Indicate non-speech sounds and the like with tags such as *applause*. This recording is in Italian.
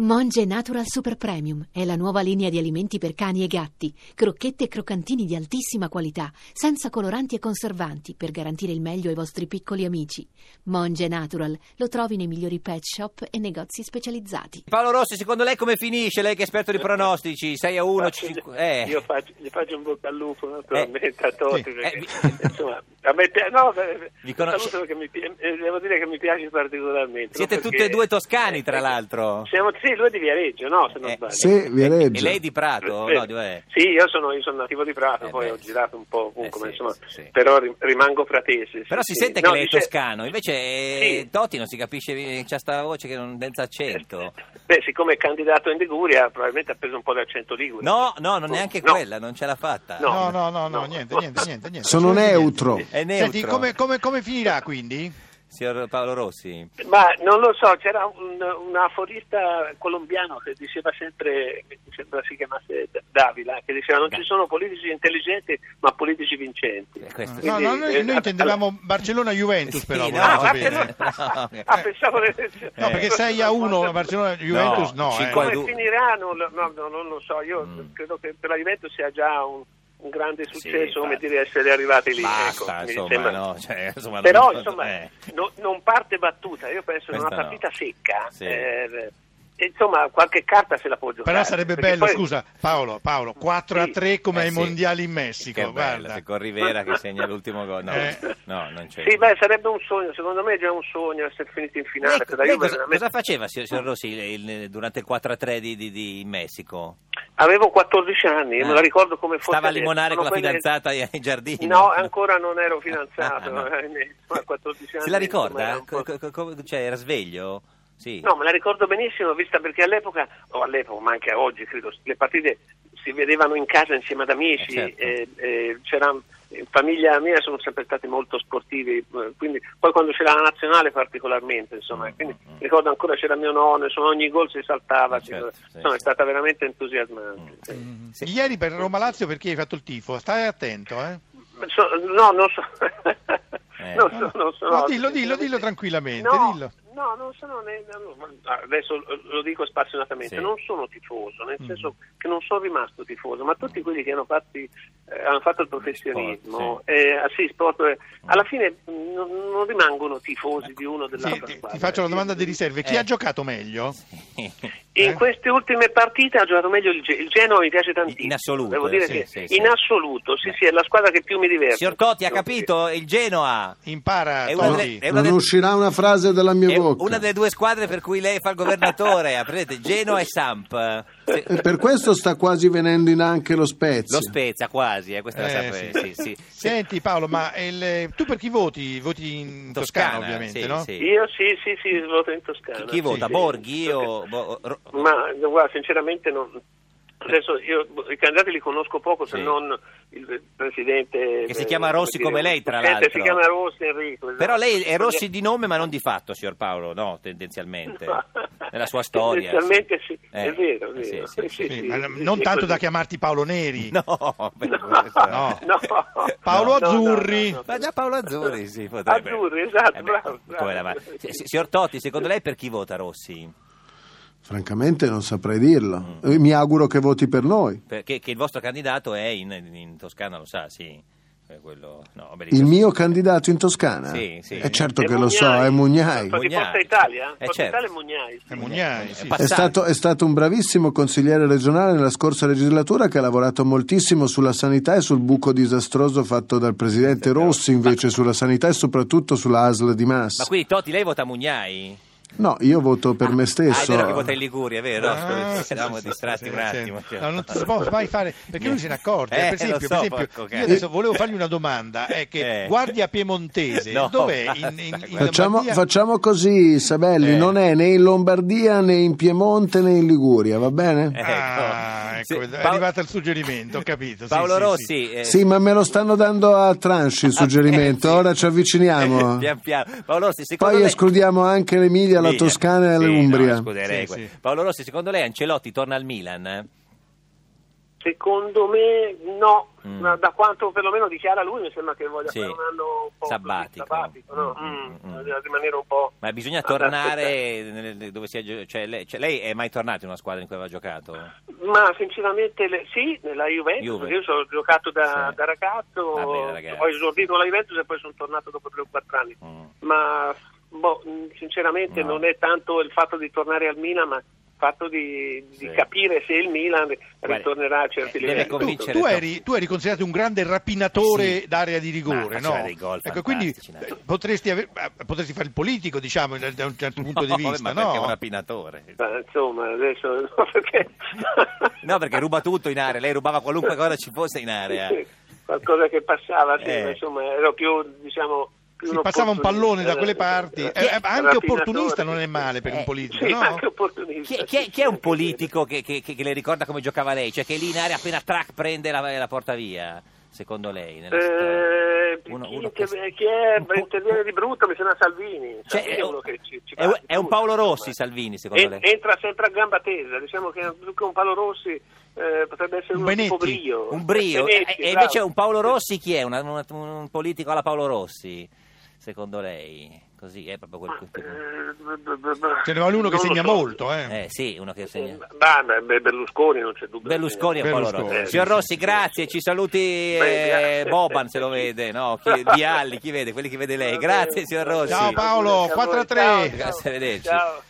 Monge Natural Super Premium è la nuova linea di alimenti per cani e gatti, crocchette e croccantini di altissima qualità, senza coloranti e conservanti, per garantire il meglio ai vostri piccoli amici. Monge Natural lo trovi nei migliori pet shop e negozi specializzati. Paolo Rossi, secondo lei come finisce? Lei che è esperto di pronostici, 6 a 1, Faccio- 5... Eh. Io faccio, gli faccio un bocca al lupo naturalmente a Eh, Totti sì, perché, eh, vi- *laughs* insomma, a me pi- no, beh, Vi conosce- saluto perché mi pi- eh, devo dire che mi piace particolarmente. Siete no? Perché- tutti e due toscani, tra eh, l'altro. Siamo, sì, lui è di Viareggio, no? Se non Eh, sbaglio. Sì, E Viareggio. lei di Prato? Eh, No, dov'è? Sì, io sono, io sono nativo di Prato, Eh, poi beh, ho girato un po' eh, ovunque, ma sì, insomma, sì, sì. però ri- rimango fratese. sì, Però si sì. sente No, che lei è dice- toscano, invece eh, Sì. Totti non si capisce, eh, c'ha sta voce che non senza Eh, accento. Beh, siccome è candidato in Liguria, probabilmente ha preso un po' d'accento ligure. No, no, non neanche No. quella, non ce l'ha fatta. No. No, no, no, No. no, niente, niente, niente, Eh, niente. certo, Sono Niente. neutro. È neutro, Senti, come, come- come finirà quindi? signor Paolo Rossi. Ma non lo so, c'era un, un aforista colombiano che diceva sempre, mi sembra si chiamasse D- Davila, che diceva non ci sono politici intelligenti ma politici vincenti. Eh, questo Quindi, No, no, eh, noi, noi allora- intendevamo Barcellona-Juventus Sì, però, no, volevamo Ah, sapere. *laughs* Barcellona- No. ah, pensavo No, perché 6 a 1 Barcellona-Juventus No, no, eh. cinque a Come due. finirà? Non, lo- no, no, non lo so, io Mm. credo che per la Juventus sia già un, un grande Sì, successo, come infatti. dire, essere arrivati lì. Basta, ecco, mi insomma, sembra- no, cioè, insomma, Però non- insomma, eh. no- non parte battuta, io penso che una Questa no. partita secca. Sì. eh, e, insomma, qualche carta se la può giocare. Però sarebbe perché bello, poi- scusa, Paolo, Paolo, 4 a Sì. 3 come Eh, ai sì. mondiali in Che bello, Messico, guarda. se con Rivera che segna l'ultimo gol. No, Eh. no, non c'è. Sì, beh, sarebbe un sogno, secondo me è già un sogno essere finiti in finale. Lei- per Ecco, la lei Juve cosa, veramente- cosa faceva, signor, signor Rossi, il- il- durante il 4-3 di, di- di- in Messico? Avevo 14 anni, Eh. me la ricordo come fosse. Stava a adesso. limonare Sono con la quelle- fidanzata ai- ai giardini? No, ancora non ero *laughs* fidanzato. Ah, no. eh, ma a 14 anni, Se la insomma, era ricorda? un po'- Co- co- co- cioè, era sveglio? Sì. No, me la ricordo benissimo, vista perché all'epoca, o all'epoca, ma anche oggi credo, le partite si vedevano in casa insieme ad amici, Eh, certo. eh, eh, c'era, in famiglia mia sono sempre stati molto sportivi, eh, quindi, poi quando c'era la nazionale particolarmente, insomma, Mm, quindi mm, mm. ricordo ancora c'era mio nonno, insomma ogni gol si saltava, Eh, certo, si- sì, insomma, sì. Mm, è stata veramente entusiasmante. sì. Sì. Mm-hmm. Ieri per Roma Lazio perché hai fatto il tifo? Stai attento, eh. So- no, non so. Eh. non so, non so. No, dillo, dillo, dillo tranquillamente, No, dillo. No, non sono ne- no, no, adesso lo- lo dico spassionatamente, Sì. non sono tifoso, Mm. nel senso che non sono rimasto tifoso, ma tutti quelli che hanno, fatti, eh, hanno fatto il professionismo, Sport, eh, ah, sì, sport, eh, Mm. alla fine mh, non, non rimangono tifosi di uno o Sì, dell'altra ti, squadra. ti faccio la domanda di riserve. Chi Eh. ha giocato meglio? In eh? queste ultime partite ha giocato meglio il, Ge- il Genoa, mi piace tantissimo. In assoluto, eh, devo dire sì, che sì, in sì. assoluto, sì, sì, è la squadra che più mi diverte. Signor Totti, ha Devo dire. capito? Il Genoa Impara, È una No, Totti. delle- è una non delle- uscirà una frase dalla mia è bocca. una delle due squadre per cui lei fa il governatore. Aprete Genoa e Samp. Se- E Eh, per questo sta quasi venendo in anche lo Spezia. Lo Spezia quasi, eh, questa la Eh, sape- sì. sì, sì. *laughs* Senti Paolo, ma il- tu per chi voti? Voti in Toscana, ovviamente, sì, no? sì. Io sì, sì, sì, voto in Toscana. Chi, chi vota? Sì. Borghi o... Bo- Ro- Ma guarda, sinceramente non... Adesso io i candidati li conosco poco se Sì. non il presidente... Che si eh, chiama Rossi dire, come lei, tra il presidente l'altro. Si chiama Rossi Enrico. esatto. Però lei è Rossi di nome ma non di fatto, signor Paolo, no, tendenzialmente, No. nella sua storia. Tendenzialmente sì, Eh, è vero, è sì, vero. sì, sì. Sì, sì, ma sì, non sì, tanto così. da chiamarti Paolo Neri. No, per questo. No, no. No, Paolo no, Azzurri. no, no, no. Ma già Paolo Azzurri si potrebbe... Azzurri, esatto, Eh beh, bravo, come bravo. la va? Si- si- Signor Totti, secondo lei per chi vota Rossi? Francamente non saprei dirlo. Mm. Eh, Mi auguro che voti per noi. Perché che il vostro candidato è in, in Toscana, lo sa, sì. Eh, Quello... No, beh, lì- Il mio candidato in Toscana? Sì, sì. È certo E che lo so, Mugnai. è Mugnai. Fa Di Mugnai. Forza Italia? Eh, Forza certo. Italia e Mugnai. sì. Eh, Mugnai, sì. È Passante. stato, è stato un bravissimo consigliere regionale nella scorsa legislatura che ha lavorato moltissimo sulla sanità e sul buco disastroso fatto dal presidente Rossi invece sulla sanità e soprattutto sulla ASL di Ma Massa. quindi Totti, lei vota Mugnai? No, io voto per me Ah, è stesso. vero che vota in Liguria, è vero? Ah, Scusi, sì, eravamo sì, distratti sì, un sì. attimo. cioè. No, non si può mai fare perché lui se ne accorge. Eh, per esempio, lo per so, esempio, porco cane. io adesso volevo fargli una domanda: è che Eh. Guardia *laughs* Piemontese No, dov'è? basta, In, *laughs* in- in Facciamo, Lombardia? facciamo così, Sabelli, Eh. non è né in Lombardia né in Piemonte né in Liguria, va bene? Eh, Ah, Ecco. ecco, Sì, è Paolo- arrivato il suggerimento, ho capito. sì, Paolo sì, sì. Rossi. eh, Ah, Sì, ma me lo stanno dando a tranche il suggerimento, sì. ora ci *laughs* avviciniamo. pian piano. Paolo Rossi, secondo Poi lei... escludiamo anche l'Emilia, la Emilia. Toscana e Sì, no, l'Umbria. escluderei Sì, que- sì. Paolo Rossi, secondo lei Ancelotti torna al Milan? eh? Secondo me no, Mm. ma da quanto perlomeno dichiara lui mi sembra che voglia Sì. fare un anno un po' così Sabbatico. sabbatico, no? Mm, Mm, mm, mm. rimanere un po'... Ma bisogna ad tornare nel- dove si è gio- cioè, lei, cioè, lei è mai tornata in una squadra in cui aveva giocato? Ma sinceramente le- sì, nella Juventus, Juve. io sono giocato da, Sì. da ragazzo, Va bene, ragazzi. ho esordito la Juventus e poi sono tornato dopo 3 o 4 anni. Mm. Ma boh, mh, sinceramente No. non è tanto il fatto di tornare al Milan, ma il fatto di, di Sì. capire se il Milan ritornerà a certi eh, deve livelli. Tu, convincere tu Tom. eri, tu eri considerato un grande rapinatore Sì. d'area di rigore, Ma faceva no? dei gol ecco, quindi fantastici, Nato. eh, potresti, aver- eh, potresti fare il politico, diciamo, da da un certo punto di *laughs* No, vista, ma perché è un no? rapinatore. Ma, insomma, adesso *laughs* no, perché... No, perché ruba tutto in area, lei rubava qualunque cosa ci fosse in area. Sì, Qualcosa che passava, sì, Eh. ma insomma, ero più, diciamo... più Si passava un pallone da quelle parti, Eh, eh, anche Rapinatore. opportunista non è male per Eh, un politico, Sì, no? *laughs* anche opportunista. Chi, è- chi è, chi è un politico che, che- che- che le ricorda come giocava lei? Cioè che lì in area appena track prende la, la porta via, secondo lei? nella Eh, città? Uno- chi, uno che- che- chi è un po- interviene di brutto mi sembra Salvini Cioè, Salvini è, è un, uno che ci- ci è un- parla di è un tutto, eh. Paolo insomma. Rossi Salvini, secondo En- lei? entra sempre a gamba tesa diciamo che più che un Paolo Rossi eh, potrebbe essere Un un tipo Benetti, brio un brio. Eh, Benetti, e e bravo. invece un Paolo Rossi chi è? Una- una- un politico alla Paolo Rossi, secondo lei? Così è proprio Ma, quel... eh, b- b- b- b- Ce ne vuole uno che non lo segna so. molto, Ah. eh. Eh sì, uno che segna... Bah, beh, beh, Berlusconi non c'è dubbio Berlusconi e Paolo Berlusconi. Rossi. Eh, Signor sì, Rossi, sì, grazie, sì. ci saluti Beh, grazie. eh, Boban se lo vede, no? Chi, Vialli, chi vede? Quelli che vede lei. Grazie, signor Rossi. Ciao, Paolo, Grazie a voi. 4 a 3. Ciao, ciao. Grazie, arrivederci. Ciao.